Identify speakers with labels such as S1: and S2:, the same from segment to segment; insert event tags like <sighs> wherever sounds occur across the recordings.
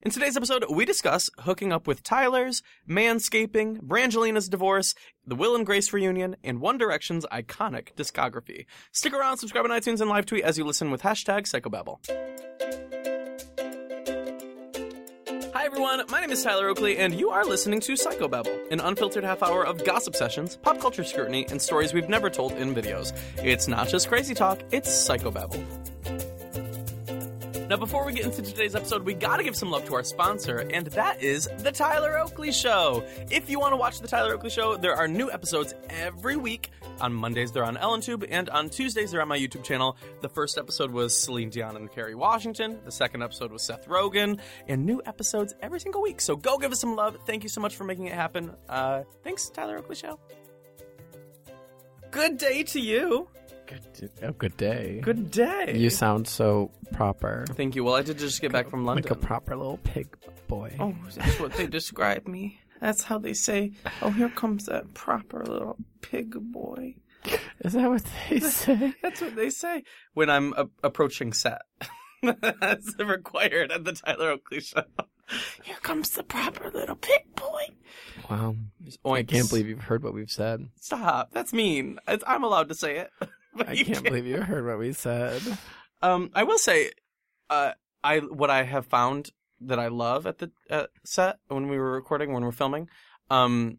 S1: In today's episode, we discuss hooking up with Tyler's, manscaping, Brangelina's divorce, the Will and Grace reunion, and One Direction's iconic discography. Stick around, subscribe on iTunes, and live tweet as you listen with hashtag Psychobabble. Hi everyone, my name is Tyler Oakley, and you are listening to Psychobabble, an unfiltered half hour of gossip sessions, pop culture scrutiny, and stories we've never told in videos. It's not just crazy talk, it's Psychobabble. Now, before we get into today's episode, we gotta give some love to our sponsor, and that is The Tyler Oakley Show. If you wanna watch The Tyler Oakley Show, there are new episodes every week. On Mondays, they're on EllenTube, and on Tuesdays, they're on my YouTube channel. The first episode was Celine Dion and Kerry Washington, the second episode was Seth Rogen, and new episodes every single week. So go give us some love. Thank you so much for making it happen. Uh, thanks, Tyler Oakley Show. Good day to you.
S2: Good, oh, good day.
S1: Good day.
S2: You sound so proper.
S1: Thank you. Well, I did just get back from London.
S2: Like a proper little pig boy.
S1: Oh, that's what they describe me. That's how they say, oh, here comes that proper little pig boy.
S2: Is that what <laughs> they say?
S1: That's what they say when I'm a- approaching set. <laughs> that's required at the Tyler Oakley show. Here comes the proper little pig boy.
S2: Wow. Oh, I
S1: Oinks.
S2: can't believe you've heard what we've said.
S1: Stop. That's mean. It's, I'm allowed to say it. <laughs> But
S2: <laughs> I
S1: you
S2: can't believe you heard what we said.
S1: Um, I will say, uh, I what I have found that I love at the uh, set when we were recording, when we're filming, um,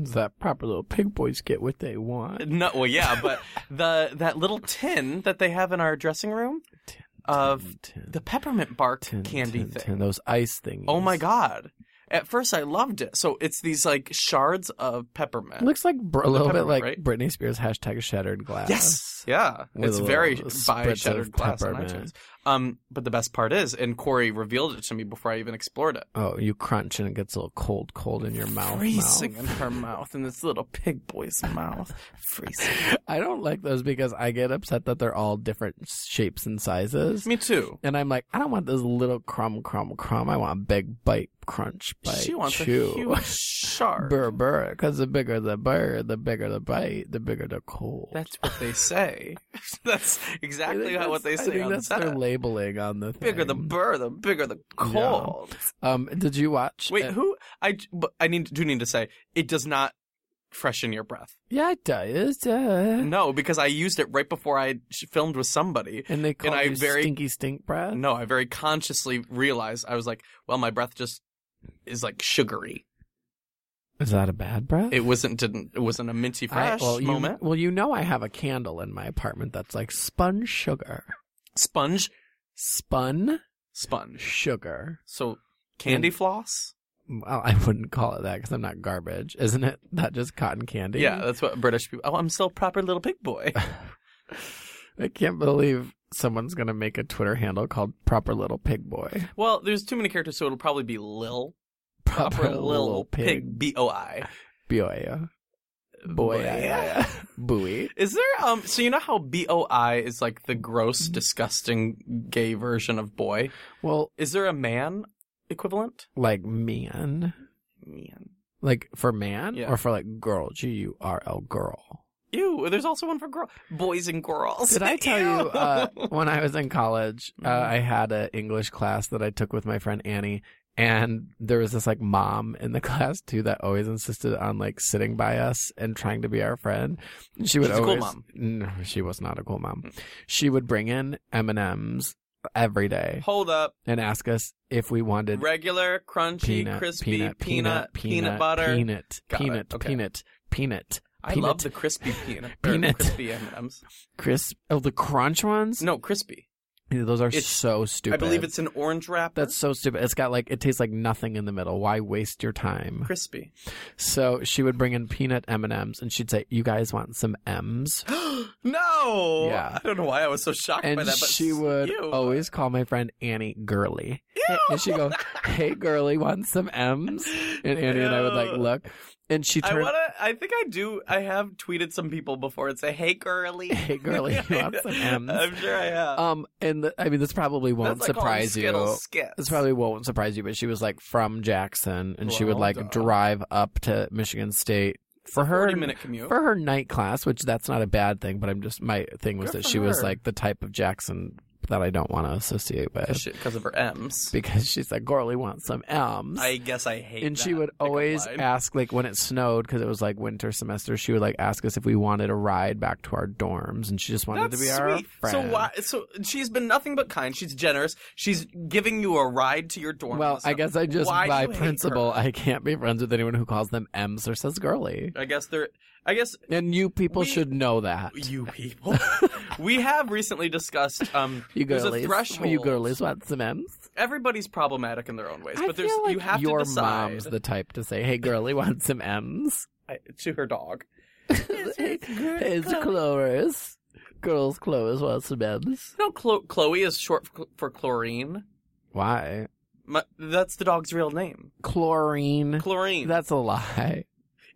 S2: Does that proper little pig boys get what they want?
S1: No, well, yeah,
S2: <laughs>
S1: but the that little tin that they have in our dressing room
S2: Tin,
S1: of
S2: tin,
S1: the peppermint bark
S2: tin,
S1: candy
S2: tin,
S1: thing.
S2: tin, those ice things.
S1: Oh my god! At first, I loved it. So it's these like shards of peppermint.
S2: Looks like br- a little bit
S1: peppermint,
S2: like
S1: right?
S2: Britney Spears hashtag shattered glass.
S1: Yes. Yeah.
S2: With
S1: it's
S2: a
S1: very
S2: little
S1: by
S2: spritz of
S1: shattered glass on iTunes.
S2: peppermint.
S1: Um, but the best part is, and Corey revealed it to me before I even explored it.
S2: Oh, you crunch and it gets a little cold, cold in your mouth.
S1: Freezing
S2: mouth.
S1: in her mouth, in this little pig boy's
S2: <laughs>
S1: mouth. Freezing.
S2: I don't like those because I get upset that they're all different shapes and sizes.
S1: me too.
S2: And I'm like, I don't want this little crumb, crumb, crumb. I want a big bite, crunch, bite,
S1: she wants
S2: chew.
S1: a
S2: <laughs>
S1: huge shard.
S2: Burr, burr. Because the bigger the burr, the bigger the bite, the bigger the cold.
S1: That's what they say. <laughs> that's
S2: I think
S1: exactly how what they
S2: that's-
S1: say
S2: I think
S1: on
S2: that's
S1: set. <laughs>
S2: their labeling on the
S1: bigger the
S2: thing.
S1: burr, the bigger the cold.
S2: Um, did you watch?
S1: Wait,
S2: uh,
S1: who? I but I need do need to say it does not freshen your
S2: <laughs>
S1: breath.
S2: yeah, it does. uh,
S1: No, because I used it right before I sh- filmed with somebody.
S2: And they call
S1: I
S2: you
S1: very-
S2: stinky stink breath.
S1: No, I very consciously realized I was like, well, my breath just is like sugary.
S2: Is that a bad breath? <laughs>
S1: It wasn't didn't it wasn't a minty
S2: I-
S1: fresh
S2: well, you,
S1: moment.
S2: Well, you know, I have a candle in my apartment that's like spun sugar,
S1: Sponge,
S2: spun
S1: sponge.
S2: sugar.
S1: So candy floss.
S2: Well, I wouldn't call it that because I'm not garbage, isn't it? Not just cotton candy.
S1: Yeah, that's what British people. Oh, I'm still a proper little pig boy.
S2: <laughs> I can't believe someone's gonna make a Twitter handle called "Proper Little Pig Boy."
S1: Well, there's too many characters, so it'll probably be Lil. Proper, Lil Pig. B O I.
S2: boy, <laughs> boy, buoy.
S1: Is there um? So you know how B O I is like the gross, disgusting gay version of boy.
S2: Well,
S1: Is there a man equivalent?
S2: like man,
S1: Man.
S2: like for man,
S1: Yeah.
S2: or for like girl, G U R L girl.
S1: Ew. There's also one for girl. Boys and girls.
S2: Did I
S1: <laughs>
S2: tell
S1: Ew.
S2: you uh, when I was in college, uh,
S1: Mhm.
S2: I had an English class that I took with my friend Annie, and there was this like mom in the <laughs> class too that always insisted on like sitting by us and trying to be our friend. She would
S1: She's a cool
S2: always,
S1: mom. Mm.
S2: No, she was not a cool mom. She would bring in M and M's every day
S1: Hold up.
S2: and ask us if we wanted
S1: Regular, crunchy,
S2: peanut,
S1: crispy,
S2: peanut, peanut, peanut
S1: butter.
S2: peanut,
S1: Got it.
S2: peanut,
S1: Okay.
S2: peanut, peanut,
S1: I
S2: peanut.
S1: love the crispy peanut. or
S2: Peanut.
S1: Crispy M&Ms.
S2: crisp. Oh, the crunch ones.
S1: No, crispy.
S2: Those are
S1: It's-
S2: so
S1: I
S2: stupid.
S1: believe it's an orange wrap.
S2: That's so stupid. It's got like it tastes like nothing in the middle. Why waste your time?
S1: crispy.
S2: So she would bring in peanut M and M's, and she'd say, "You guys want some M's?"
S1: <gasps> no.
S2: Yeah.
S1: I don't know why I was so shocked
S2: And
S1: by that, but
S2: she would
S1: ew. <laughs>
S2: always call my friend Annie girly, and she'd go, "Hey, girly, want some M's?" And Annie and I would like
S1: Ew.
S2: look, and she
S1: I
S2: turned,
S1: want to. I think I do. I have tweeted some people before and say, "Hey, girly."
S2: <laughs> "Hey, girly, you
S1: <laughs>
S2: want some M's?"
S1: I'm sure I have.
S2: um, and the, I mean, this probably won't
S1: That's like calling
S2: surprise you.
S1: Skittles skits.
S2: This probably won't surprise you, but she was like from Jackson, and she would
S1: Well,
S2: like
S1: duh.
S2: drive up to Michigan State for her
S1: 40 minute commute.
S2: for her night class, which that's not a bad thing, but I'm just my thing was
S1: Good
S2: that
S1: for
S2: she was
S1: her.
S2: like the type of Jackson that I don't want to associate with
S1: because of her M's.
S2: <laughs> because she's like, Gorley wants some M's.
S1: I guess I hate.
S2: and she
S1: that
S2: would
S1: pickup
S2: always
S1: line.
S2: ask, like, when it snowed, because it was like winter semester, she would like ask us if we wanted a ride back to our dorms, and she just wanted
S1: That's
S2: to be
S1: sweet.
S2: our friend.
S1: So why? So she's been nothing but kind. She's generous. She's giving you a ride to your dorm.
S2: Well,
S1: and
S2: I
S1: stuff.
S2: guess I just,
S1: Why do
S2: by
S1: you hate
S2: principle,
S1: her?
S2: I can't be friends with anyone who calls them M's or says girly.
S1: I guess there. I guess
S2: And you people
S1: We-
S2: should know that.
S1: you people. <laughs> we have recently discussed. Um,
S2: You
S1: there's
S2: girlies,
S1: a threshold.
S2: you girlies want some M's?
S1: Everybody's problematic in their own ways,
S2: I
S1: but there's
S2: feel like
S1: you have
S2: your
S1: to decide
S2: mom's the type to say, "Hey, girlie, want some M's?" <laughs>
S1: I- to her dog.
S2: It's Cloris. Girls, Cloris wants some M's.
S1: No, Chlo- Chloe is short for, for chlorine.
S2: Why?
S1: My, that's the dog's real name.
S2: Chlorine.
S1: Chlorine.
S2: That's a lie.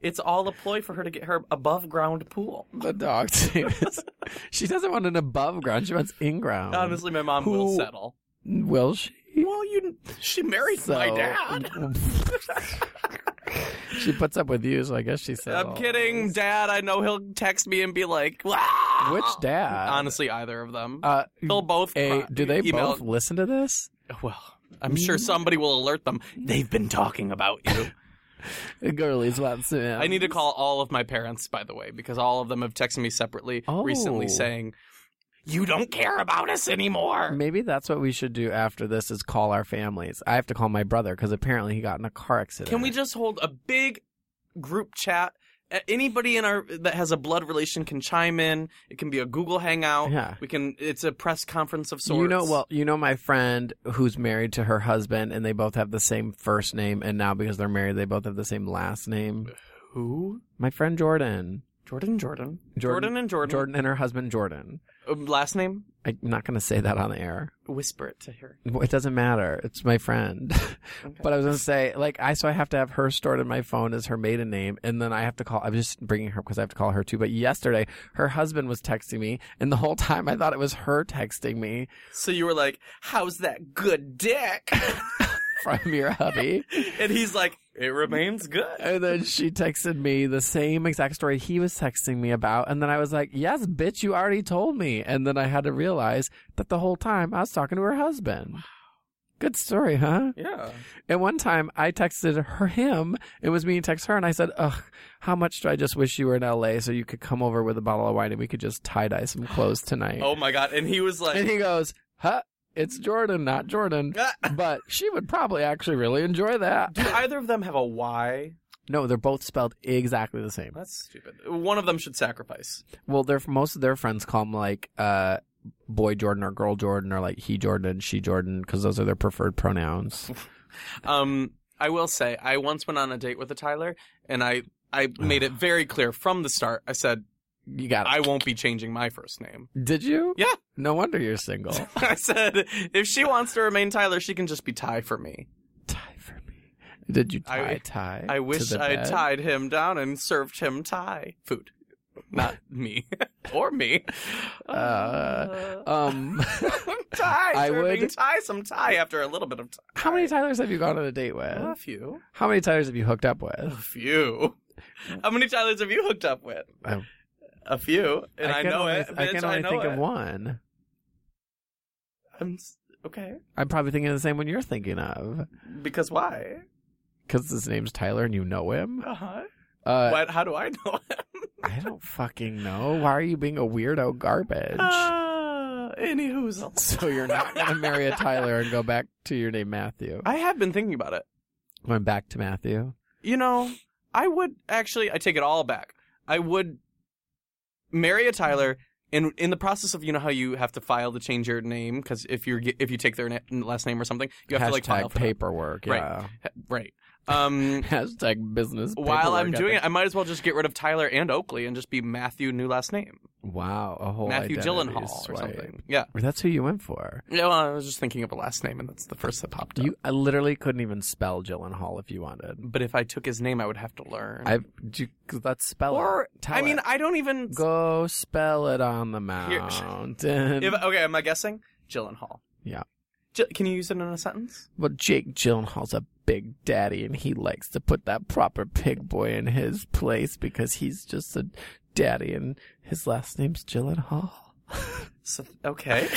S1: it's all a ploy for her to get her above ground pool.
S2: The <laughs> dog's name is. she doesn't want an above ground. She wants in ground.
S1: Honestly, my mom
S2: Who-
S1: will settle.
S2: will she?
S1: Well, you she married my
S2: So-
S1: dad.
S2: <laughs> she puts up with you, so I guess she said.
S1: I'm kidding, Dad. I know he'll text me and be like, "Wow."
S2: Which dad?
S1: Honestly, either of them.
S2: Uh,
S1: They'll both.
S2: a,
S1: cry-
S2: do they
S1: email-
S2: both listen to this?
S1: Well, I'm sure somebody will alert them. They've been talking about
S2: <laughs>
S1: you.
S2: Girlies want some.
S1: I need to call all of my parents, by the way, because all of them have texted me separately
S2: Oh.
S1: recently saying, "You don't care about us <laughs> anymore."
S2: Maybe that's what we should do after this is call our families. I have to call my brother because apparently he got in a car accident.
S1: Can we just hold a big group chat? A- Anybody in our that has a blood relation can chime in. It can be a Google Hangout.
S2: Yeah.
S1: We can. It's a press conference of sorts.
S2: You know, well, you know my friend who's married to her husband, and they both have the same first name, and now because they're married, they both have the same last name.
S1: who?
S2: My friend Jordan,
S1: Jordan, Jordan,
S2: Jordan-
S1: Jordan, and Jordan.
S2: Jordan, and her husband Jordan.
S1: Uh, last name?
S2: I'm not going to say that on the air.
S1: Whisper it to her.
S2: It doesn't matter. It's my friend.
S1: Okay.
S2: but I was going to say, like, I so I have to have her stored in my phone as her maiden name, and then I have to call. I'm just bringing her because I have to call her too. But yesterday, her husband was texting me, and the whole time I thought it was her texting me <laughs>
S1: So you were like, "How's that good dick?" <laughs>
S2: from your hubby.
S1: and he's like, "It remains good."
S2: And then she texted me the same exact story he was texting me about. And then I was like, yes, bitch, you already told me. And then I had to realize that the whole time I was talking to her husband. Good story, huh?
S1: Yeah.
S2: And one time I texted her him. It was me and text her, and I said, "Ugh, how much do I just wish you were in L.A. so you could come over with a bottle of wine and we could just tie dye some clothes tonight."
S1: Oh my god. And he was
S2: And
S1: like,
S2: he goes, "Huh, it's Jordan,
S1: <laughs>
S2: not Jordan."
S1: "Ah."
S2: But she would probably actually really enjoy that.
S1: "Do either of them have a Y?"
S2: No, they're both spelled exactly the same.
S1: That's stupid. One of them should sacrifice.
S2: Well, their most of their friends call him like uh, boy Jordan or girl Jordan or like he Jordan and she Jordan because those are their preferred pronouns.
S1: Um, I will say, I once went on a date with a Tyler, and I I made it
S2: <sighs>
S1: very clear from the start. I said
S2: You got it.
S1: I won't be changing my first name. <laughs>
S2: Did you?
S1: Yeah.
S2: No wonder you're single.
S1: I said if she wants to remain Tyler, she can just be Ty for me.
S2: tie for me. Did you tie
S1: I-
S2: tie?
S1: I
S2: to
S1: wish
S2: the
S1: I
S2: bed?
S1: tied him down and served him Thai food, not me <laughs> or me.
S2: Uh, Um, <laughs>
S1: <laughs> Thai,
S2: I
S1: serving
S2: would-
S1: Thai some Thai after a little bit of Thai.
S2: how many Tylers have you gone on a date
S1: A
S2: with?
S1: few.
S2: How many Tylers have you hooked up
S1: A
S2: with?
S1: few. How many Tylers have you hooked up with?
S2: Oh.
S1: A few, and I,
S2: can
S1: know
S2: only,
S1: it.
S2: I
S1: bitch,
S2: can only
S1: know
S2: think
S1: it.
S2: of one.
S1: I'm s- okay.
S2: I'm probably thinking of the same one you're thinking of
S1: Because why?
S2: because his name's Tyler and you know him.
S1: Uh-huh.
S2: Uh,
S1: What? How do I know?
S2: I don't fucking know. Why are you being a weirdo garbage?
S1: <laughs> uh, any who's
S2: so you're not gonna marry a Tyler and go back to your name Matthew.
S1: I have been thinking about it.
S2: Going back to Matthew.
S1: You know, I would actually. I take it all back. I would marry a Tyler. In, in the process of you know how you have to file to change your name because if you're ge- if you take their na- last name or something you have
S2: Hashtag
S1: to like file for that.
S2: paperwork.
S1: Right.
S2: Yeah. <laughs>
S1: right um
S2: Hashtag business.
S1: While I'm
S2: <laughs> paperwork
S1: doing it,
S2: ethics.
S1: I might as well just get rid of Tyler and Oakley and just be Matthew, new last name.
S2: Wow, a whole
S1: Matthew
S2: identity
S1: Gyllenhaal or
S2: swipe.
S1: something. Yeah.
S2: That's who you went for.
S1: No, I was just thinking of a last name and that's the first that popped up.
S2: You, I literally couldn't even spell Gyllenhaal if you wanted.
S1: but if I took his name, I would have to learn.
S2: I do. you- Let's spell
S1: or,
S2: it. Tell
S1: I mean,
S2: it.
S1: I don't even.
S2: go spell it on
S1: <laughs>
S2: the mountain.
S1: If, okay, am I guessing? Gyllenhaal.
S2: Yeah.
S1: Gy- can you use it in a sentence?
S2: Well, Jake Gyllenhaal's a big daddy, and he likes to put that proper pig boy in his place because he's just a daddy, and his last name's Gyllenhaal. <laughs>
S1: So, <laughs> okay.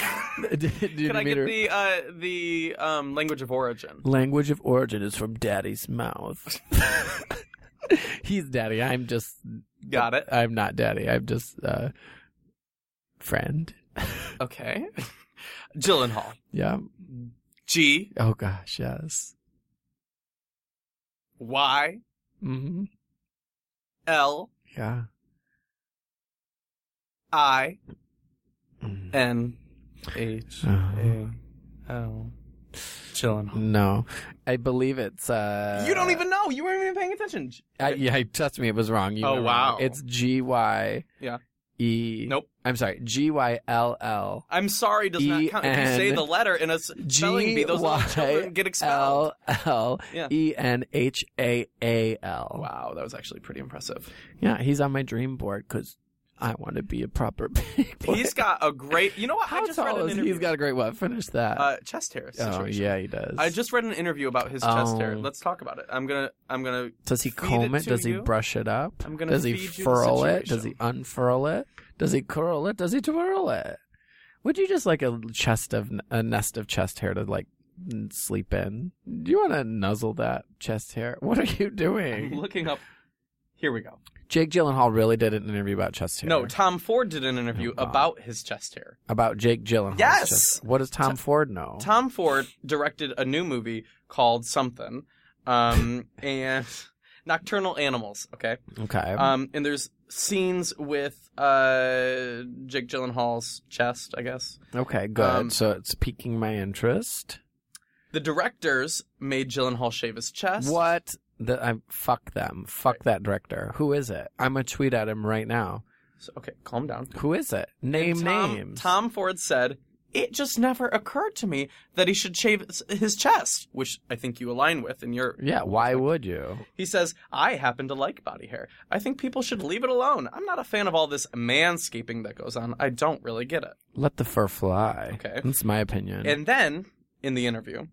S2: Did- did you
S1: Can I
S2: meet
S1: get
S2: her?
S1: the uh, the um, language of origin?
S2: Language of origin is from daddy's
S1: <laughs>
S2: mouth. <laughs> He's daddy. I'm just.
S1: Got it.
S2: I'm not daddy. I'm just uh, friend.
S1: Okay. <laughs> Gyllenhaal.
S2: Yeah.
S1: G
S2: Oh gosh, yes.
S1: Y
S2: hmm
S1: L
S2: Yeah.
S1: I
S2: Mm.
S1: N H A
S2: Oh.
S1: L. Gyllenhaal.
S2: No, I believe it's. uh
S1: you don't even know. You weren't even paying attention. J-
S2: I, yeah, trust me, it was wrong. You
S1: Oh,
S2: were wrong.
S1: wow.
S2: It's G Y.
S1: Yeah.
S2: E.
S1: Nope.
S2: I'm sorry. G Y L L
S1: I'm sorry, does not count. If you say the letter in a s- spelling bee, those little children get expelled.
S2: L L
S1: Yeah.
S2: E N H A A L.
S1: Wow, that was actually pretty impressive.
S2: Yeah, he's on my dream board because I want to be a proper <laughs> big boy.
S1: He's got a great. You know what?
S2: How
S1: I just read
S2: tall
S1: an
S2: is
S1: interview.
S2: he? He's got a great what? Finish that.
S1: uh, chest hair situation.
S2: oh yeah, he does.
S1: I just read an interview about his chest hair.
S2: Oh.
S1: Let's talk about it. I'm gonna. I'm gonna.
S2: does he
S1: feed
S2: comb
S1: it
S2: it?
S1: to
S2: Does
S1: you.
S2: he brush it up?
S1: I'm gonna.
S2: Does he
S1: feed you the
S2: furl it? Does he
S1: situation.
S2: unfurl it? Does he curl it? Does he twirl it? Would you just like a chest of a nest of chest hair to like n- sleep in? Do you want to nuzzle that chest hair? <laughs> What are you <laughs>
S1: I'm <laughs>
S2: doing?
S1: looking up. Here we go.
S2: Jake Gyllenhaal really did an interview about chest hair.
S1: No, Tom Ford did an interview
S2: Oh, wow.
S1: about his chest hair.
S2: about Jake Gyllenhaal.
S1: Yes!
S2: What does Tom Ford know?
S1: Tom Ford directed a new movie called something,
S2: <laughs>
S1: um, and Nocturnal Animals. Okay,
S2: okay.
S1: um, and there's scenes with uh, Jake Gyllenhaal's chest. I guess
S2: okay. Good.
S1: um,
S2: so it's piquing my interest.
S1: the directors made Gyllenhaal shave his chest.
S2: What? The, I fuck them. Fuck that director. Who is it? I'm gonna tweet at him right now.
S1: So- okay, calm down.
S2: Who is it? Name
S1: Tom,
S2: names.
S1: Tom Ford said, "It just never occurred to me that he should shave s- his chest," which I think you align with in your.
S2: Yeah, why would you?
S1: He says, "I happen to like body hair. I think people should leave it alone. I'm not a fan of all this manscaping that goes on. I don't really get it."
S2: Let the fur fly.
S1: Okay.
S2: That's my opinion.
S1: And then in the interview,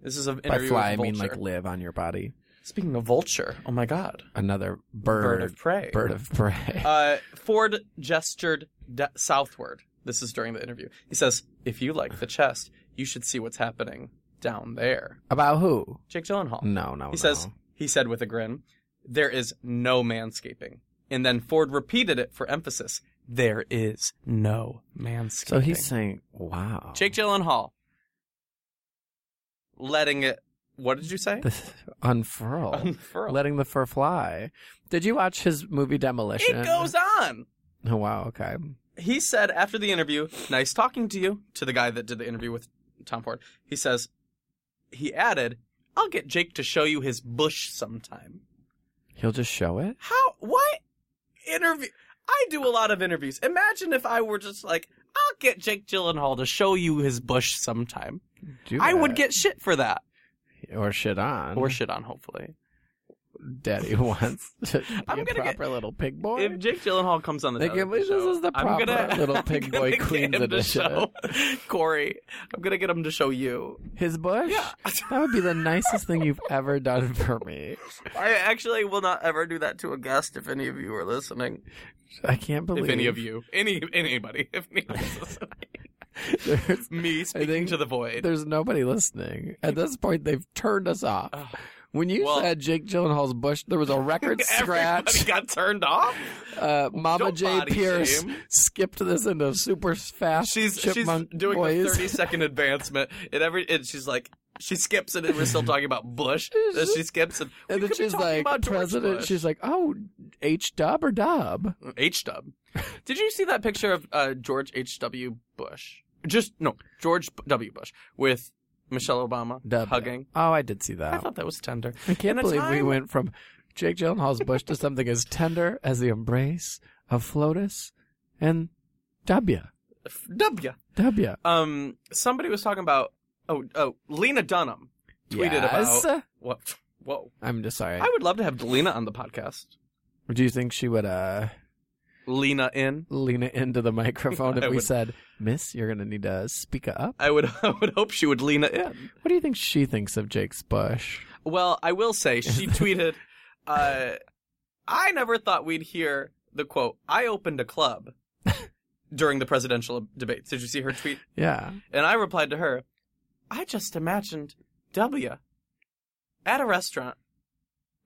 S1: this is an interview
S2: By fly, I
S1: with Vulture.
S2: mean like live on your body.
S1: Speaking of Vulture, oh my God,
S2: Another bird.
S1: bird of prey.
S2: bird of prey.
S1: Uh, Ford gestured de- southward. This is during the interview. He says, "If you like the chest, you should see what's happening down there."
S2: <laughs> About who?
S1: Jake Gyllenhaal.
S2: No, no,
S1: He says, he said with a grin, there is no manscaping. And then Ford repeated it for emphasis. There is no manscaping.
S2: So he's saying, wow.
S1: Jake Gyllenhaal letting it. What did you say?
S2: This-
S1: <laughs>
S2: unfurl.
S1: Unfurl.
S2: Letting the fur fly. Did you watch his movie Demolition?
S1: it goes on.
S2: Oh, wow, okay.
S1: He said after the interview, "Nice talking to you." To the guy that did the interview with Tom Ford, he says, he added, "I'll get Jake to show you his bush sometime."
S2: He'll just show it?
S1: How? What interview? I do a lot of interviews. Imagine if I were just like, I'll get Jake Gyllenhaal to show you his bush sometime.
S2: Do
S1: I would
S2: it.
S1: get shit for that,
S2: Or shit on.
S1: or shit on. Hopefully, <laughs>
S2: daddy wants to be
S1: I'm
S2: a
S1: gonna
S2: proper
S1: get-
S2: little pig boy.
S1: if Jake Gyllenhaal comes on the
S2: Like,
S1: Tyler
S2: at least
S1: Perry
S2: this
S1: show,
S2: is the
S1: <laughs> I'm gonna,
S2: proper Little
S1: I'm
S2: Pig
S1: gonna
S2: Boy
S1: get
S2: Queens
S1: him to
S2: edition.
S1: show- <laughs> Corey, I'm gonna get him to show you.
S2: His bush?
S1: <laughs> Yeah.
S2: That would be the nicest thing you've ever done for me.
S1: I actually will not ever do that to a guest. If any of you are listening,
S2: I can't believe
S1: if any of you, any anybody, <laughs> if
S2: <laughs>
S1: anyone's listening,
S2: There's,
S1: me speaking
S2: think
S1: to the void.
S2: there's nobody listening. At this point, they've turned us off.
S1: Oh.
S2: When you
S1: Well-
S2: said Jake Gyllenhaal's bush, there was a record
S1: <laughs> Everybody
S2: scratch.
S1: got turned off.
S2: Uh, Mama
S1: Don't
S2: J.
S1: body
S2: Pierce
S1: shame.
S2: skipped this into super fast
S1: She's she's
S2: chipmunk
S1: doing a
S2: voice.
S1: thirty
S2: <laughs>
S1: second advancement, and every and she's like she skips it, and we're still talking about
S2: <laughs>
S1: Bush. Then she skips it,
S2: and
S1: We
S2: then
S1: could be
S2: she's
S1: talking
S2: like,
S1: about George
S2: President,
S1: Bush.
S2: she's like, oh, H Dub or Dub?
S1: H Dub. Did you see that picture of uh, George H W Bush? Just no, George W Bush with Michelle Obama
S2: Dub.
S1: hugging.
S2: Oh, I did see that.
S1: I thought that was tender.
S2: I
S1: In
S2: can't
S1: a
S2: believe we
S1: time-
S2: went from Jake Gyllenhaal's bush to something as tender as the embrace of Flotus and W.
S1: F- W.
S2: W.
S1: Um, somebody was talking about oh oh Lena Dunham tweeted
S2: Yes.
S1: about what. Whoa!
S2: I'm just sorry.
S1: I would love to have Lena on the podcast.
S2: Do you think she would uh,
S1: Lena in.
S2: lean it into the <laughs> microphone
S1: I
S2: if we
S1: would-
S2: said, Miss, you're going to need to speak up?
S1: I would <laughs> I would hope she would Lena in.
S2: What do you think she thinks of Jake's bush?
S1: Well, I will say <laughs> she tweeted, <laughs> uh, "I never thought we'd hear the quote. I opened a club, during the presidential debates. Did you see her tweet?
S2: Yeah.
S1: And I replied to her, I just imagined W at a restaurant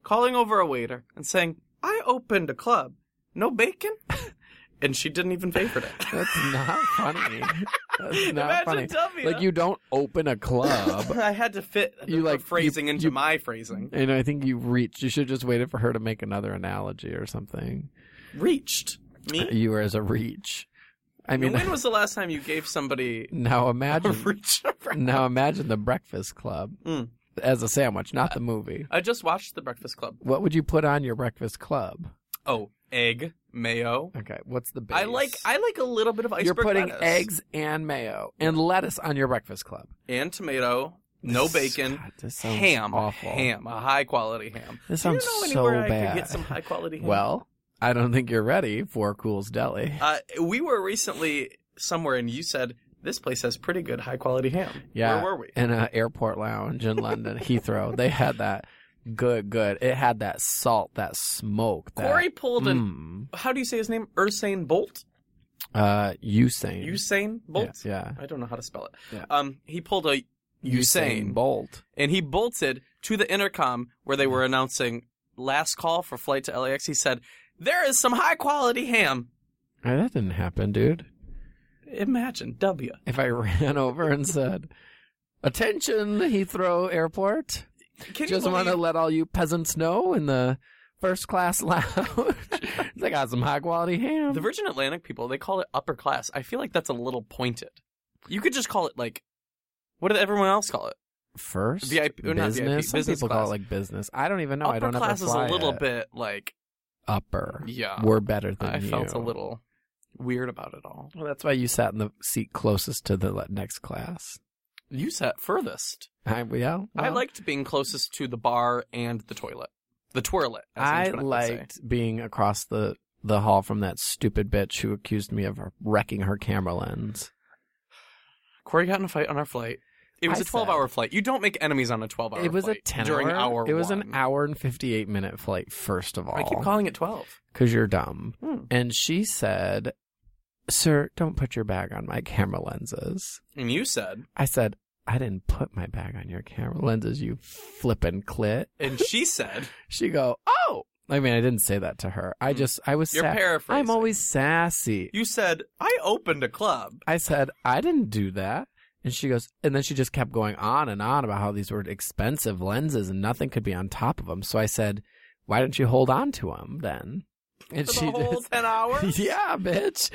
S1: calling over a waiter and saying, I opened a club. No bacon? <laughs> and she didn't even favorite it.
S2: That's not
S1: <laughs>
S2: funny. That's <laughs> not
S1: Imagine
S2: funny.
S1: W. <laughs>
S2: Like you don't open a club. <laughs>
S1: I had to fit
S2: You,
S1: you
S2: like,
S1: like
S2: you-
S1: phrasing into
S2: you-
S1: my phrasing.
S2: And I think you reached. You should have just waited for her to make another analogy or something.
S1: Reached me.
S2: <laughs> You were as a reach. I mean,
S1: when was the last time you gave somebody
S2: <laughs>
S1: <laughs>
S2: now
S1: a
S2: <laughs> imagine
S1: reach? around?
S2: now imagine the Breakfast Club
S1: Mm.
S2: as a sandwich, not the movie.
S1: I just watched The Breakfast Club.
S2: What would you put on your Breakfast Club?
S1: Oh, egg, mayo.
S2: Okay, what's the base?
S1: I like I like a little bit of iceberg
S2: You're putting
S1: lettuce.
S2: eggs and mayo and lettuce on your Breakfast Club.
S1: and tomato, no
S2: This-
S1: bacon,
S2: God, this sounds
S1: ham,
S2: Awful.
S1: ham, a high quality ham.
S2: This
S1: Do you
S2: sounds
S1: know
S2: so
S1: anywhere I
S2: bad.
S1: could get some high quality ham?
S2: Well, I don't think you're ready for Cool's Deli.
S1: uh, we were recently somewhere, and you said this place has pretty good high quality ham.
S2: Yeah.
S1: where were we?
S2: in an airport lounge in London, Heathrow. They had that good, good. It had that salt, that smoke, that
S1: Corey pulled an.
S2: mm,
S1: How do you say his name? Usain Bolt.
S2: uh, Usain,
S1: Usain Bolt.
S2: yeah,
S1: I don't know how to spell it.
S2: Yeah.
S1: Um, he pulled a
S2: yeah.
S1: Usain,
S2: Bolt.
S1: and he bolted to the intercom where they were announcing last call for flight to LAX. He said, "There is some high quality ham."
S2: Uh, that didn't happen, dude.
S1: Imagine W.
S2: If I <laughs> ran over and said, "Attention, Heathrow Airport,"
S1: Can
S2: just
S1: you
S2: want
S1: believe-
S2: to let all you peasants know in the first class <laughs> lounge, they got some high quality ham.
S1: The Virgin Atlantic people, they call it upper class. I feel like that's a little pointed. You could just call it like what did everyone else call it?
S2: first
S1: VIP or not
S2: business.
S1: VIP,
S2: Some
S1: business
S2: people call
S1: class.
S2: it like business. I don't even know.
S1: upper
S2: I don't
S1: class
S2: ever
S1: is a
S2: fly
S1: little
S2: it.
S1: bit like
S2: upper.
S1: yeah.
S2: We're better than
S1: Oh, I
S2: you.
S1: felt a little weird about it all.
S2: Well, that's why you sat in the seat closest to the le- next class.
S1: You sat furthest.
S2: I, yeah,
S1: I
S2: well,
S1: liked being closest to the bar and the toilet. The toilet.
S2: I
S1: As Antoinette would say.
S2: liked being across the the hall from that stupid bitch who accused me of wrecking her camera lens.
S1: Corey got in a fight on our flight. It was
S2: I
S1: a 12 hour flight. You don't make enemies on a 12 hour
S2: It was a
S1: flight
S2: ten
S1: during
S2: hour.
S1: hour
S2: it was an
S1: one.
S2: hour and fifty eight minute flight. First of all,
S1: I keep calling it 12.
S2: because you're dumb.
S1: Hmm.
S2: And she said, "Sir, don't put your bag on my camera lenses."
S1: And you said,
S2: I said, "I didn't put my bag on your camera lenses, you flippin' clit."
S1: and she said,
S2: She go, oh. I mean, I didn't say that to her. I
S1: Mm.
S2: just, I was.
S1: You're
S2: sa-
S1: paraphrasing.
S2: I'm always sassy.
S1: You said, I opened a club.
S2: I said I didn't do that, and she goes, and then she just kept going on and on about how these were expensive lenses and nothing could be on top of them. So I said, why didn't you hold on to them then? And
S1: For
S2: she
S1: the whole
S2: just,
S1: 10 hours?
S2: <laughs> yeah, bitch,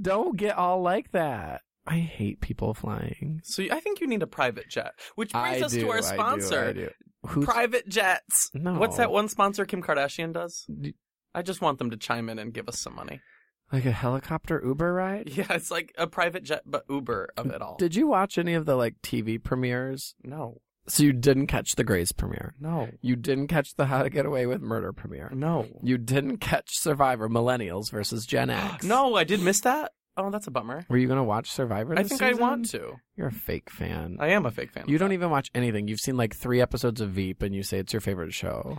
S2: don't get all like that. I hate people flying.
S1: So I think you need a private jet, which brings
S2: I
S1: us
S2: do,
S1: to
S2: I
S1: our
S2: do, I
S1: sponsor,
S2: do. Who's-
S1: private jets.
S2: No.
S1: What's that one sponsor Kim Kardashian does?
S2: D-
S1: I just want them to chime in and give us some money. <laughs>
S2: like a helicopter Uber ride?
S1: Yeah, it's like a private jet, but Uber of it all.
S2: Did you watch any of the like TV premieres
S1: no,
S2: So you didn't catch the Grays premiere.
S1: no,
S2: You didn't catch the How to Get Away with Murder premiere.
S1: no,
S2: You didn't catch Survivor Millennials versus
S1: <gasps>
S2: Gen X.
S1: no. I did miss that. Oh, that's a bummer.
S2: Were you going to watch Survivor?
S1: I
S2: this
S1: think I
S2: season?
S1: want to.
S2: You're a fake fan.
S1: I am a fake fan.
S2: You
S1: of
S2: don't e-,
S1: that.
S2: even watch anything. You've seen like three episodes of Veep, and you say it's your
S1: <laughs>
S2: favorite show.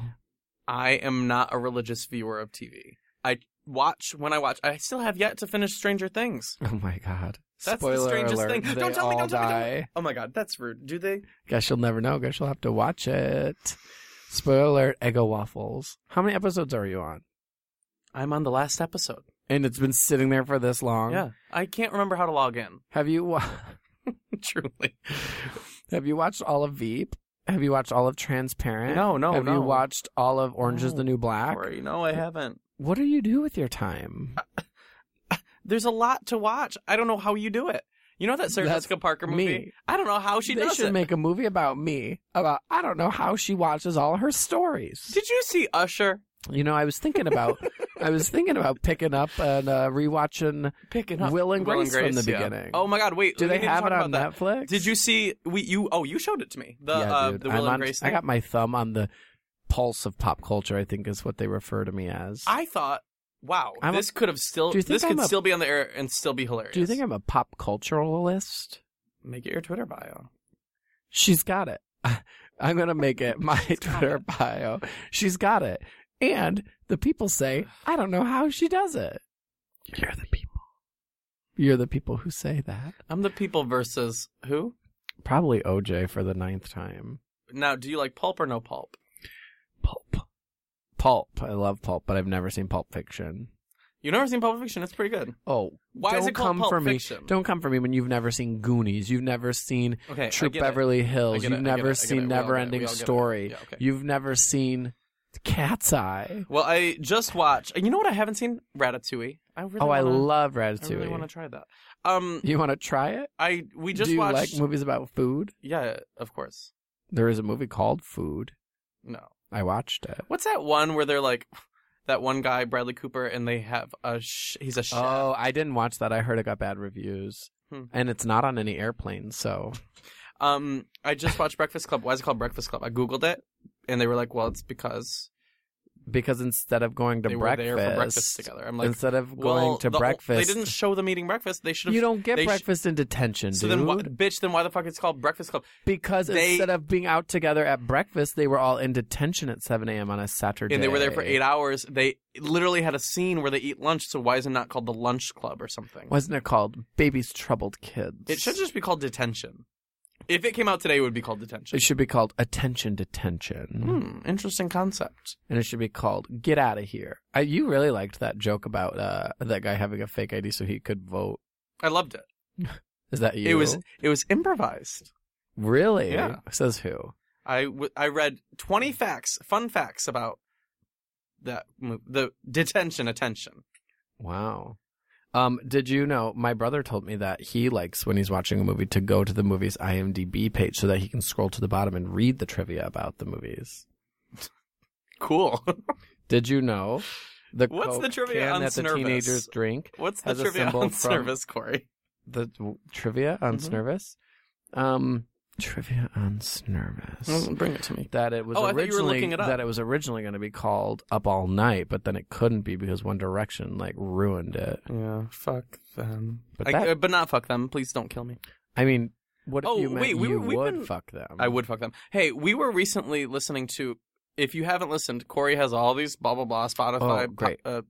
S1: I am not a religious viewer of TV. I watch when I watch. I still have yet to finish Stranger Things.
S2: Oh my god!
S1: That's the
S2: Spoiler
S1: strangest
S2: alert,
S1: thing. <laughs>
S2: They
S1: Don't tell me,
S2: all
S1: don't tell me, don't-
S2: die.
S1: Oh my god, that's rude. Do they?
S2: Guess you'll never know. Guess you'll have to watch it. Spoiler alert: Eggo waffles. How many episodes are you on?
S1: I'm on the last episode.
S2: And it's been sitting there for this long.
S1: Yeah, I can't remember how to log in.
S2: Have you? Wa-
S1: <laughs>
S2: <laughs>
S1: Truly,
S2: Have you watched all of Veep? Have you watched all of
S1: <laughs>
S2: Transparent?
S1: No, no,
S2: Have
S1: no.
S2: you watched all of Orange is
S1: No.
S2: the New Black?
S1: Corey, no, I haven't.
S2: What do you do with your time?
S1: There's a lot to watch. I don't know how you do it. You know that Sarah
S2: That's
S1: Jessica Parker movie?
S2: me.
S1: I don't know how she
S2: they
S1: does
S2: should
S1: it.
S2: make a movie about me. About I don't know how she watches all her stories.
S1: Did you see Usher
S2: You know, I was
S1: <laughs>
S2: thinking about I was thinking about picking up and uh, rewatching
S1: picking
S2: Will and Grace, from the
S1: yeah.
S2: beginning.
S1: Oh my God! Wait,
S2: do
S1: we
S2: they
S1: didn't
S2: have
S1: talk
S2: it on
S1: about that.
S2: Netflix?
S1: Did you see we you? Oh, you showed it to me. The
S2: yeah,
S1: uh,
S2: dude.
S1: the Will
S2: I'm
S1: and
S2: on-
S1: Grace.
S2: I
S1: thing.
S2: got my thumb on the pulse of pop culture. I think is what they refer to me as.
S1: I thought, wow,
S2: I'm a-
S1: this could have still
S2: Do you think
S1: this could
S2: I'm a-
S1: still be on the air and still be hilarious.
S2: do you think I'm a pop culturalist?
S1: make it your Twitter bio?
S2: She's got it. <laughs> I'm going to make it my
S1: got
S2: Twitter bio. She's got it. And the people say, I don't know how she does it. You're the people. You're the people who say that.
S1: I'm the people versus who?
S2: Probably OJ for the ninth time.
S1: Now, do you like pulp or no pulp?
S2: Pulp. Pulp. I love pulp, but I've never seen Pulp Fiction.
S1: You've never seen Pulp Fiction. It's pretty good.
S2: Oh,
S1: Why
S2: don't
S1: is it called
S2: come
S1: Pulp
S2: for
S1: Fiction?
S2: me. Don't come for me when you've never seen Goonies. You've never seen
S1: okay, I
S2: Troop
S1: get it.
S2: Beverly
S1: I
S2: Hills.
S1: get it,
S2: You've
S1: I get it, I
S2: never
S1: get it.
S2: seen
S1: We all get it.
S2: Never Ending
S1: We all get it.
S2: Story.
S1: Yeah, okay.
S2: You've never seen Cat's Eye.
S1: Well, I just watched. You know what? I haven't seen Ratatouille. I really.
S2: oh, I
S1: wanna-
S2: love
S1: I
S2: Ratatouille.
S1: really want to try that. Um,
S2: You want to try it?
S1: I we just
S2: Do you
S1: watched.
S2: like movies about food?
S1: yeah, of course.
S2: There is a movie called Food.
S1: No.
S2: I watched it.
S1: What's that one where they're like that one guy Bradley Cooper and they have a sh- he's a chef.
S2: Oh, I didn't watch that. I heard it got bad reviews.
S1: Hmm.
S2: And it's not on any airplane, so
S1: Um, I just watched Breakfast Club. Why is it called Breakfast Club? I googled it, and they were like, "Well, it's because
S2: because instead of going to
S1: they
S2: breakfast,
S1: were there for breakfast together." I'm like,
S2: instead of going
S1: well,
S2: to
S1: the-
S2: breakfast,
S1: They didn't show them eating breakfast. They should have.
S2: you don't
S1: they
S2: get
S1: sh-
S2: breakfast in detention,
S1: so
S2: dude.
S1: then, why, bitch, then why the fuck it's called Breakfast Club?
S2: because
S1: they-
S2: instead of being out together at breakfast, they were all in detention at 7 a.m. on a Saturday.
S1: And they were there for eight hours. They literally had a scene where they eat lunch. So why is it not called the Lunch Club or something?
S2: Wasn't it called Baby's Troubled Kids?
S1: It should just be called detention. If it came out today, it would be called detention.
S2: It should be called Attention Detention.
S1: Hmm, interesting concept.
S2: and it should be called "Get Out of Here." I, you really liked that joke about uh, that guy having a fake ID so he could vote.
S1: I loved it.
S2: Is that you?
S1: It was it was improvised.
S2: really
S1: Yeah.
S2: says who?
S1: I, w- I read 20 facts, fun facts about that move, the detention attention.
S2: Wow. Um, did you know my brother told me that he likes when he's watching a movie to go to the movie's IMDb page so that he can scroll to the bottom and read the trivia about the movies.
S1: Cool. <laughs>
S2: Did you know the
S1: What's the
S2: Coke
S1: trivia
S2: can
S1: on
S2: that the
S1: Snervous?
S2: teenagers drink?
S1: What's the
S2: Has a
S1: trivia
S2: symbol
S1: on
S2: from-
S1: service, Corey?
S2: The w- trivia on
S1: Mhm.
S2: Snervous. Um, trivia on Snervous.
S1: Bring it to me.
S2: that it was
S1: Oh, I thought you were
S2: originally
S1: looking it up.
S2: that it was originally going to be called Up All Night, but then it couldn't be because One Direction like ruined it.
S1: Yeah, fuck them. But,
S2: But that-
S1: but not fuck them. Please don't kill me.
S2: I mean, what
S1: Oh,
S2: if you meant
S1: wait, we
S2: you
S1: were- we've
S2: would
S1: been-
S2: fuck them?
S1: I would fuck them. Hey, we were recently listening to. If you haven't listened, Corey has all these blah blah blah Spotify,
S2: Oh, great.
S1: po- uh,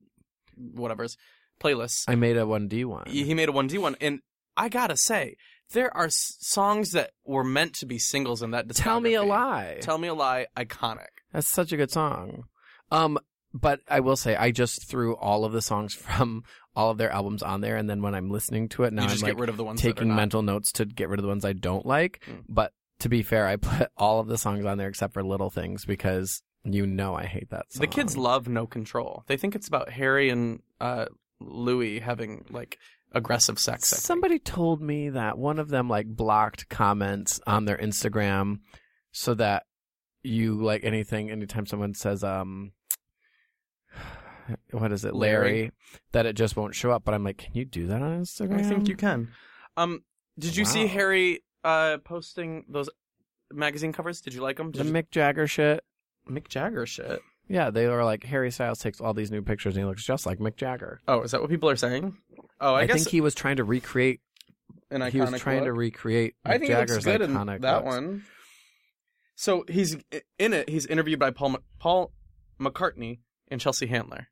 S1: whatever's playlists.
S2: I made a one D one.
S1: He made a one D one, and I gotta say, there are s- songs that were meant to be singles in that.
S2: Tell me a
S1: discography.
S2: lie.
S1: Tell me a lie. Iconic.
S2: That's such a good song. Um, but I will say, I just threw all of the songs <laughs> from all of their albums on there, and then when I'm listening to it now,
S1: you just
S2: I'm like
S1: get rid of the ones that are
S2: taking
S1: not.
S2: mental notes to get rid of the ones I don't like.
S1: Mm.
S2: But to be fair, I put all of the songs on there except for Little Things because you know I hate that song.
S1: The kids love no control. They think it's about Harry and uh, Louis having like aggressive sex. I think.
S2: Somebody told me that one of them like blocked comments on their Instagram so that you like anything anytime someone says um <sighs> what is it Larry,
S1: Larry.
S2: that it just won't show up but I'm like can you do that on Instagram?
S1: I think you can. Um, did you see
S2: Wow.
S1: Harry uh, posting those magazine covers? Did you like them?
S2: the Mick Jagger shit.
S1: Mick Jagger shit.
S2: Yeah, they were like Harry Styles takes all these new pictures and he looks just like Mick Jagger.
S1: Oh, is that what people are saying? Oh, I,
S2: I,
S1: guess
S2: think he was trying to recreate
S1: an iconic.
S2: he was trying to
S1: look.
S2: recreate Mick
S1: I think
S2: Jagger's
S1: it looks good in
S2: iconic
S1: that
S2: looks.
S1: one. So he's in it. He's interviewed by Paul Ma- Paul McCartney and Chelsea Handler.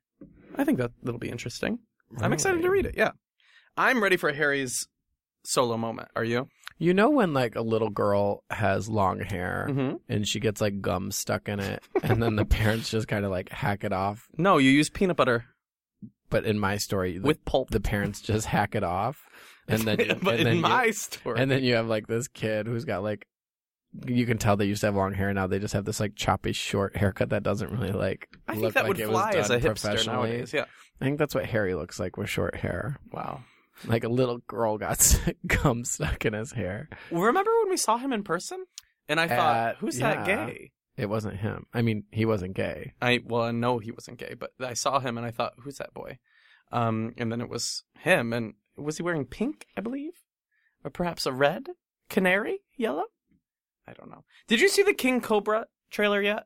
S1: I think that that'll be interesting. I'm excited to
S2: Really?
S1: read it. Yeah, I'm ready for Harry's solo moment. Are you?
S2: You know when like a little girl has long hair
S1: Mm-hmm.
S2: and she gets like gum stuck in it and then
S1: <laughs>
S2: the parents just kind of like hack it off
S1: No, you use peanut butter
S2: but in my story the,
S1: with pulp.
S2: the parents just hack it off and
S1: <laughs>
S2: then
S1: but
S2: and
S1: in
S2: then
S1: my
S2: you,
S1: story,
S2: and then you have like this kid who's got like you can tell they used to have long hair now they just have this like choppy short haircut that doesn't really like
S1: I think
S2: look
S1: that
S2: like
S1: would
S2: it was
S1: fly as
S2: done
S1: a hipster
S2: professionally.
S1: nowadays. Yeah.
S2: I think that's what Harry looks like with short hair
S1: Wow.
S2: like a little girl got <laughs> gum stuck in his hair
S1: Remember when we saw him in person? And I thought,
S2: Uh,
S1: who's that
S2: yeah.
S1: gay?
S2: it wasn't him I mean he wasn't gay
S1: I well, I know he wasn't gay, but I saw him and I thought, who's that boy? Um, and then it was him. And was he wearing pink? I believe, or perhaps a red canary, yellow. I don't know. Did you see the King Cobra trailer yet?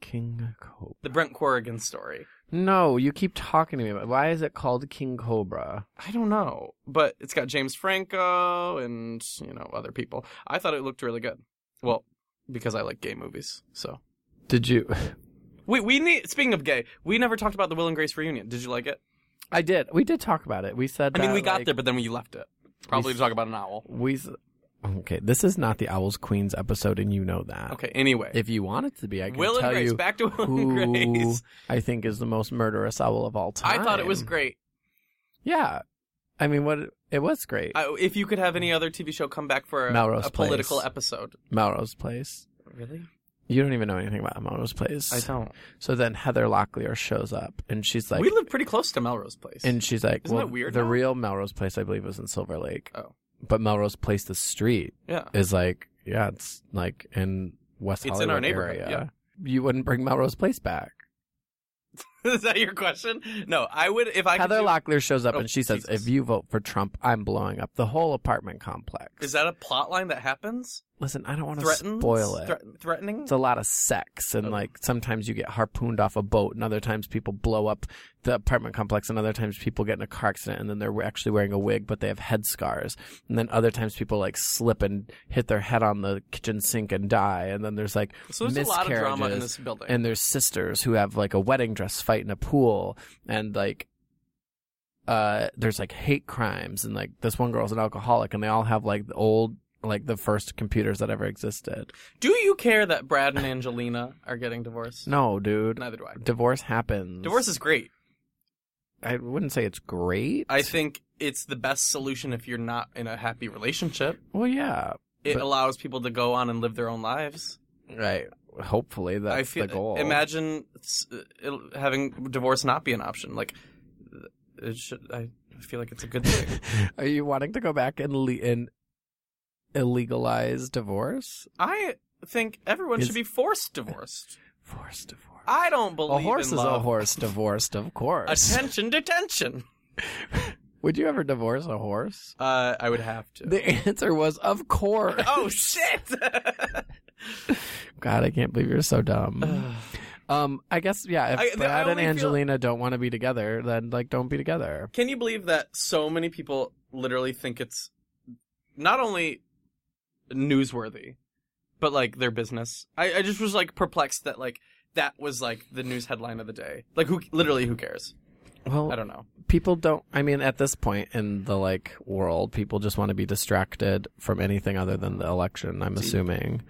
S2: King Cobra
S1: The Brent Corrigan story.
S2: No, you keep talking to me about. Why is it called King Cobra?
S1: I don't know, but it's got James Franco and you know other people. I thought it looked really good. Well, because I like gay movies, so.
S2: Did you?
S1: Wait, we need. Speaking of gay, we never talked about the Will and Grace reunion. Did you like it?
S2: I did. We did talk about it. We said.
S1: I mean,
S2: that,
S1: we got
S2: like,
S1: there, but then we left it. Probably to talk about an owl.
S2: We. s- Okay, this is not the Owls Queens episode, and you know that.
S1: Okay. Anyway,
S2: If you want it to be, I can
S1: Will and
S2: tell
S1: Grace.
S2: you
S1: Back to Will
S2: who
S1: and Grace.
S2: I think is the most murderous owl of all time.
S1: I thought it was great.
S2: Yeah, I mean, what it was great.
S1: I, if you could have any other TV show come back for a,
S2: Melrose
S1: a political
S2: Place.
S1: episode,
S2: Melrose Place.
S1: really?
S2: You don't even know anything about Melrose Place.
S1: I don't.
S2: So then Heather Locklear shows up, and she's like,
S1: we live pretty close to Melrose Place.
S2: and she's like,
S1: Isn't
S2: well,
S1: that weird
S2: the
S1: now?
S2: real Melrose Place, I believe, was in Silver Lake.
S1: Oh.
S2: but Melrose Place, the street,
S1: yeah. <laughs>
S2: is like, yeah, it's like in West
S1: It's in
S2: Hollywood
S1: our neighborhood,
S2: area. You wouldn't bring Melrose Place back.
S1: Is that your question? No, I would if I
S2: Heather
S1: could. do-
S2: Locklear shows up
S1: Oh,
S2: and she says,
S1: Jesus.
S2: "If you vote for Trump, I'm blowing up the whole apartment complex."
S1: is that a plot line that happens?
S2: Listen, I don't want to
S1: Threatens?
S2: spoil it.
S1: Threat- threatening?
S2: it's a lot of sex and
S1: Oh.
S2: like sometimes you get harpooned off a boat and other times people blow up the apartment complex and other times people get in a car accident and then they're actually wearing a wig but they have head scars and then other times people like slip and hit their head on the kitchen sink and die and then there's like
S1: so there's a lot of drama in this
S2: miscarriages
S1: building.
S2: and there's sisters who have like a wedding dress fight in a pool and like uh there's like hate crimes and like this one girl's an alcoholic and they all have like the old like the first computers that ever existed.
S1: do you care that Brad and Angelina are getting divorced?
S2: No, dude.
S1: neither do I.
S2: Divorce happens.
S1: Divorce is great.
S2: I wouldn't say it's great.
S1: I think it's the best solution if you're not in a happy relationship.
S2: Well, yeah.
S1: It
S2: But-
S1: allows people to go on and live their own lives.
S2: Right. Hopefully that's
S1: I feel
S2: the goal.
S1: imagine s- it- having divorce not be an option. Like uh, it should. I feel like it's a good thing.
S2: <laughs> Are you wanting to go back and le- and illegalize divorce?
S1: <laughs> I think everyone
S2: Is-
S1: should be forced divorced.
S2: Forced divorce.
S1: I don't believe
S2: a horse
S1: in
S2: is a
S1: love.
S2: horse divorced,
S1: <laughs>
S2: of course.
S1: Attention, detention.
S2: Would you ever divorce a horse?
S1: Uh, I would have to.
S2: The answer was of course.
S1: <laughs> oh <laughs> shit!
S2: <laughs> God, I can't believe you're so dumb. <sighs> um, I guess yeah. If
S1: I- the- I
S2: Brad and
S1: only feel-
S2: Angelina don't want to be together, then like don't be together.
S1: Can you believe that so many people literally think it's not only newsworthy, but like their business? I, I just was like perplexed that like that was like the news headline of the day. Like who literally who cares?
S2: Well,
S1: I don't know.
S2: people don't i mean at this point in the like world people just want to be distracted from anything other than the election i'm assuming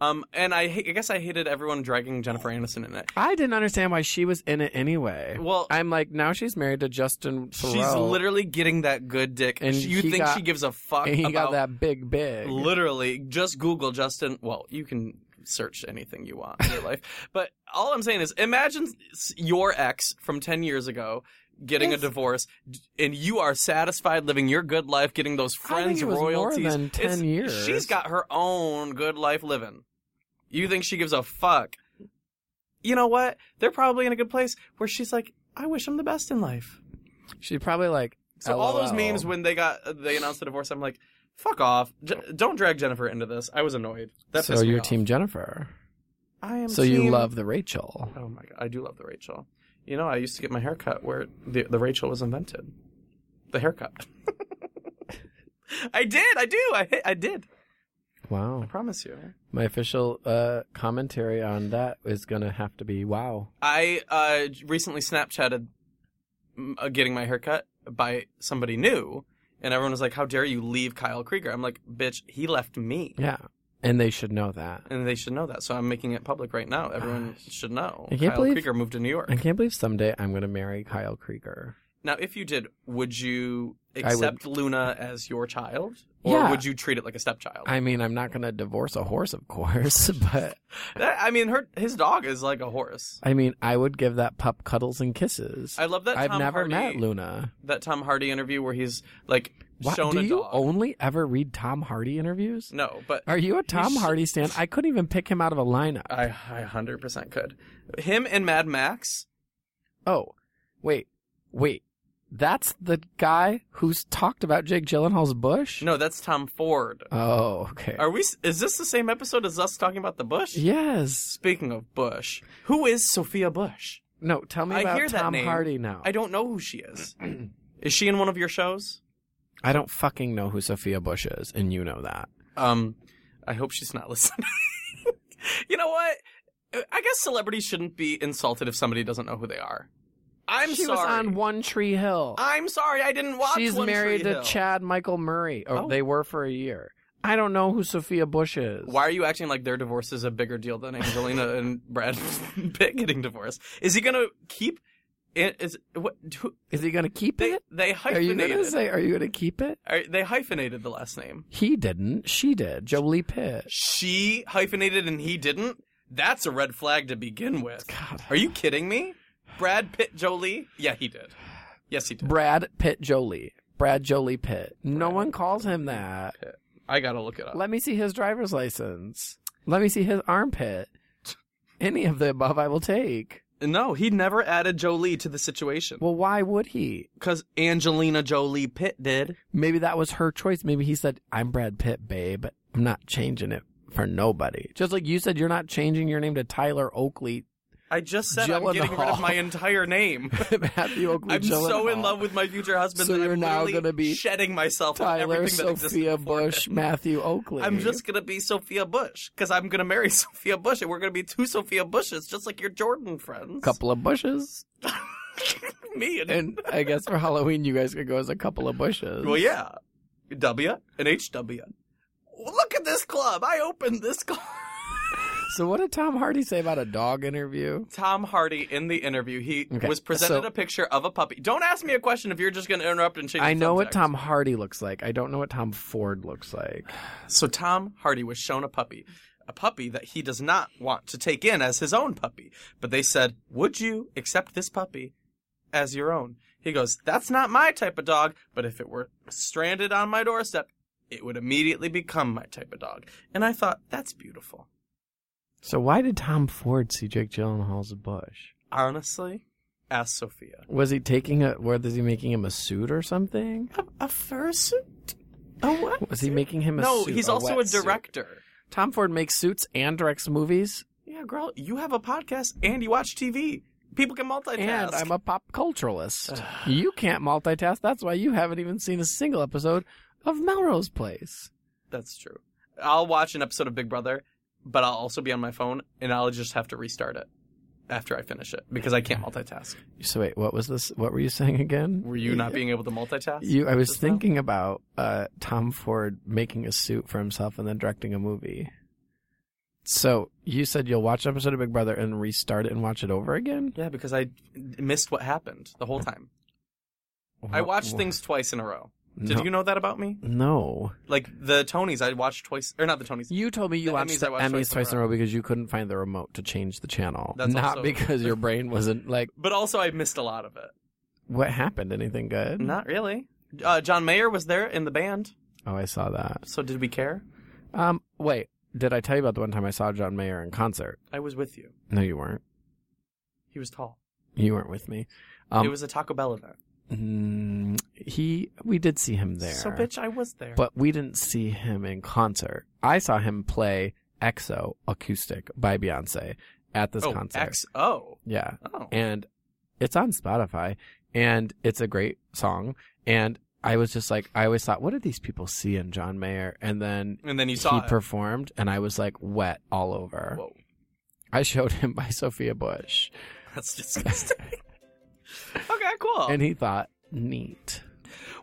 S1: Um, and I ha- I guess I hated everyone dragging Jennifer Aniston in it.
S2: i didn't understand why she was in it anyway
S1: Well,
S2: i'm like now she's married to justin Theroux,
S1: she's literally getting that good dick.
S2: And
S1: you
S2: he
S1: think
S2: got-
S1: she gives a fuck
S2: and he
S1: about
S2: got that big big
S1: Literally, just Google Justin. Well, you can search anything you want in your
S2: <laughs>
S1: life. But all I'm saying is imagine s- your ex from 10 years ago getting a
S2: It's-
S1: divorce d- and you are satisfied living your good life, getting those
S2: I think
S1: friends
S2: it was more
S1: royalties.
S2: than 10
S1: It's-
S2: years.
S1: She's got her own good life living. You think she gives a fuck? You know what? They're probably in a good place where she's like, I wish I'm the best in life.
S2: she's probably like
S1: So all those
S2: LOL.
S1: memes when they got uh, they announced the divorce, I'm like, fuck off! J- don't drag Jennifer into this. I was annoyed. That
S2: so
S1: pissed me
S2: you're
S1: off.
S2: team jennifer
S1: I am.
S2: so you
S1: team-
S2: love the rachel
S1: Oh my god, I do love the Rachel. You know, I used to get my haircut where the the Rachel was invented. The haircut. <laughs> I did. I do. I hit- I did. I
S2: wow
S1: promise you.
S2: my official uh commentary on that is gonna have to be wow
S1: I uh, j- recently Snapchatted mm, uh, getting my haircut by somebody new, and everyone was like, "How dare you leave Kyle Krieger?" I'm like, "Bitch, he left me."
S2: yeah and they should know that
S1: and they should know that. So I'm making it public right now. Everyone should know.
S2: I can't
S1: Kyle
S2: believe-
S1: Krieger moved to New York.
S2: I can't believe someday I'm going to marry Kyle Krieger.
S1: Now, if you did, would you
S2: would-
S1: accept Luna as your child, or
S2: Yeah.
S1: would you treat it like a stepchild? I,
S2: I mean, I'm not going to divorce a horse, of course, <laughs> but
S1: I mean, her his dog is like a horse.
S2: I mean, I would give that pup cuddles and kisses.
S1: I love that.
S2: have
S1: Tom
S2: never
S1: Hardy,
S2: met Luna.
S1: That Tom Hardy interview where he's like
S2: What,
S1: shown
S2: do
S1: a
S2: you
S1: dog.
S2: only ever read Tom Hardy interviews?
S1: No, but
S2: Are you a Tom
S1: sh-
S2: Hardy stan? I couldn't even pick him out of a lineup.
S1: I I hundred percent could. Him and Mad Max.
S2: oh, wait, wait. That's the guy who's talked about Jake Gyllenhaal's bush?
S1: No, that's Tom Ford.
S2: Oh, okay.
S1: Are we? s- Is this the same episode as us talking about the Bush?
S2: yes.
S1: Speaking of Bush, who is Sophia Bush?
S2: No, tell me
S1: I
S2: about
S1: hear that
S2: Tom
S1: name.
S2: Hardy now.
S1: I don't know who she is. <clears throat> is she in one of your shows?
S2: I don't fucking know who Sophia Bush is, and you know that.
S1: Um, I hope she's not listening. <laughs> you know what? I guess celebrities shouldn't be insulted if somebody doesn't know who they are. I'm
S2: she
S1: sorry.
S2: was on One Tree Hill.
S1: I'm sorry, I didn't watch.
S2: She's
S1: One
S2: married
S1: Tree
S2: to
S1: Hill.
S2: Chad Michael Murray, or
S1: Oh.
S2: they were for a year. I don't know who Sophia Bush is.
S1: Why are you acting like their divorce is a bigger deal than Angelina and Brad <laughs> Pitt getting divorced? Is he gonna keep? it- Is what? Who,
S2: is he going to keep
S1: they
S2: it?
S1: they
S2: Are you going to
S1: hyphenated.
S2: say? Are you going to keep it?
S1: are- they hyphenated the last name.
S2: He didn't. She did. Jolie Pitt.
S1: She hyphenated and he didn't. That's a red flag to begin with.
S2: God.
S1: Are you kidding me? Brad Pitt Jolie? Yeah, he did. Yes, he did.
S2: Brad Pitt Jolie. Brad Jolie Pitt. No one calls him that.
S1: I gotta look it up.
S2: Let me see his driver's license. Let me see his
S1: <laughs>
S2: armpit. Any of the above, I will take.
S1: No, he never added Jolie to the situation
S2: Well, why would he?
S1: because Angelina Jolie Pitt did.
S2: Maybe that was her choice. Maybe he said, I'm Brad Pitt, babe. I'm not changing it for nobody. Just like you said, you're not changing your name to Tyler Oakley, <laughs>
S1: I just said I'm
S2: Gyllenhaal.
S1: getting rid of my entire <laughs> name.
S2: Matthew Oakley.
S1: I'm so in
S2: Gyllenhaal,
S1: love with my future husband
S2: So
S1: that
S2: you're
S1: I'm
S2: now
S1: literally
S2: gonna be
S1: shedding myself on
S2: Tyler,
S1: everything that exists.
S2: Sophia Bush, Matthew Oakley.
S1: I'm just gonna be Sophia Bush because I'm gonna marry <laughs> Sophia Bush, and we're gonna be two Sophia Bushes, just like your Jordan friends.
S2: couple of bushes.
S1: <laughs> Me and,
S2: And I guess for Halloween, you guys could go as a couple of bushes.
S1: well, yeah, W and HW. Look at this club. I opened this club. <laughs>
S2: So what did Tom Hardy say about a dog interview?
S1: Tom Hardy in the interview, he
S2: Okay,
S1: was presented
S2: so-
S1: a picture of a puppy. Don't ask me a question if you're just going to interrupt and change.
S2: I
S1: the
S2: know what
S1: subject.
S2: Tom Hardy looks like. I don't know what Tom Ford looks like.
S1: So Tom Hardy was shown a puppy, a puppy that he does not want to take in as his own puppy. But they said, "Would you accept this puppy as your own?" He goes, "That's not my type of dog, but if it were stranded on my doorstep, it would immediately become my type of dog." And I thought, "That's beautiful."
S2: So why did Tom Ford see Jake Gyllenhaal as a bush?
S1: Honestly, ask Sophia.
S2: Was he taking a? Was he making him a suit or something?
S1: A, a fursuit? A what?
S2: Was he making him a
S1: No,
S2: suit?
S1: he's also a
S2: wetsuit?
S1: director.
S2: Tom Ford makes suits and directs movies,
S1: Yeah, girl, you have a podcast and you watch TV. People can multitask.
S2: and I'm a pop culturalist. you can't multitask. That's why you haven't even seen a single episode of Melrose Place.
S1: That's true. I'll watch an episode of Big Brother, but I'll also be on my phone and I'll just have to restart it after I finish it because I can't multitask.
S2: So wait, what was this? What were you saying again?
S1: Were you not being able to multitask?
S2: You, I was
S1: just now?
S2: thinking about uh, Tom Ford making a suit for himself and then directing a movie. So you said you'll watch an episode of Big Brother and restart it and watch it over again.
S1: Yeah, because I missed what happened the whole time. I watched things twice in a row. Did
S2: No.
S1: you know that about me?
S2: No,
S1: Like the Tonys, I watched twice, or not the Tonys.
S2: you told me you
S1: The
S2: watched
S1: Emmys
S2: the
S1: I watched
S2: Emmys twice in a row
S1: row.
S2: because you couldn't find the remote to change the channel.
S1: That's
S2: Not
S1: also-
S2: because
S1: <laughs>
S2: your brain wasn't like,
S1: But also, I missed a lot of it.
S2: what happened? Anything good?
S1: Not really. Uh, John Mayer was there in the band,
S2: Oh, I saw that.
S1: so did we care?
S2: Um, wait, did I tell you about the one time I saw John Mayer in concert?
S1: I was with you.
S2: No, you weren't.
S1: He was tall.
S2: You weren't with me.
S1: it
S2: Um,
S1: was a Taco Bell event.
S2: mm, he, we did see him there.
S1: So, bitch, I was there.
S2: but we didn't see him in concert. I saw him play EXO acoustic by Beyonce at this
S1: oh,
S2: concert.
S1: X- oh,
S2: yeah.
S1: oh.
S2: and it's on Spotify and it's a great song and I was just like I always thought what did these people see in John Mayer and then
S1: And then you
S2: he
S1: saw it.
S2: performed and I was like wet all over.
S1: Whoa, <laughs>
S2: I showed him <laughs> by Sophia Bush
S1: that's disgusting. <laughs> okay, cool.
S2: and he thought neat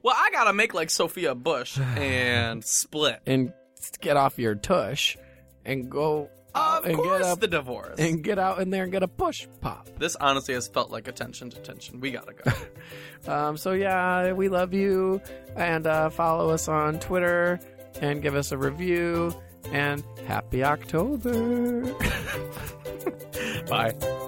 S1: well, I gotta make like Sophia
S2: <sighs>
S1: Bush and split.
S2: and get off your tush and go
S1: Of
S2: Oh, and
S1: course,
S2: get up
S1: the divorce.
S2: and get out in there and get a push pop.
S1: this honestly has felt like attention to tension. We gotta go.
S2: Um, so yeah, we love you, and uh, follow us on Twitter, and give us a <laughs> review, and happy October.
S1: Bye.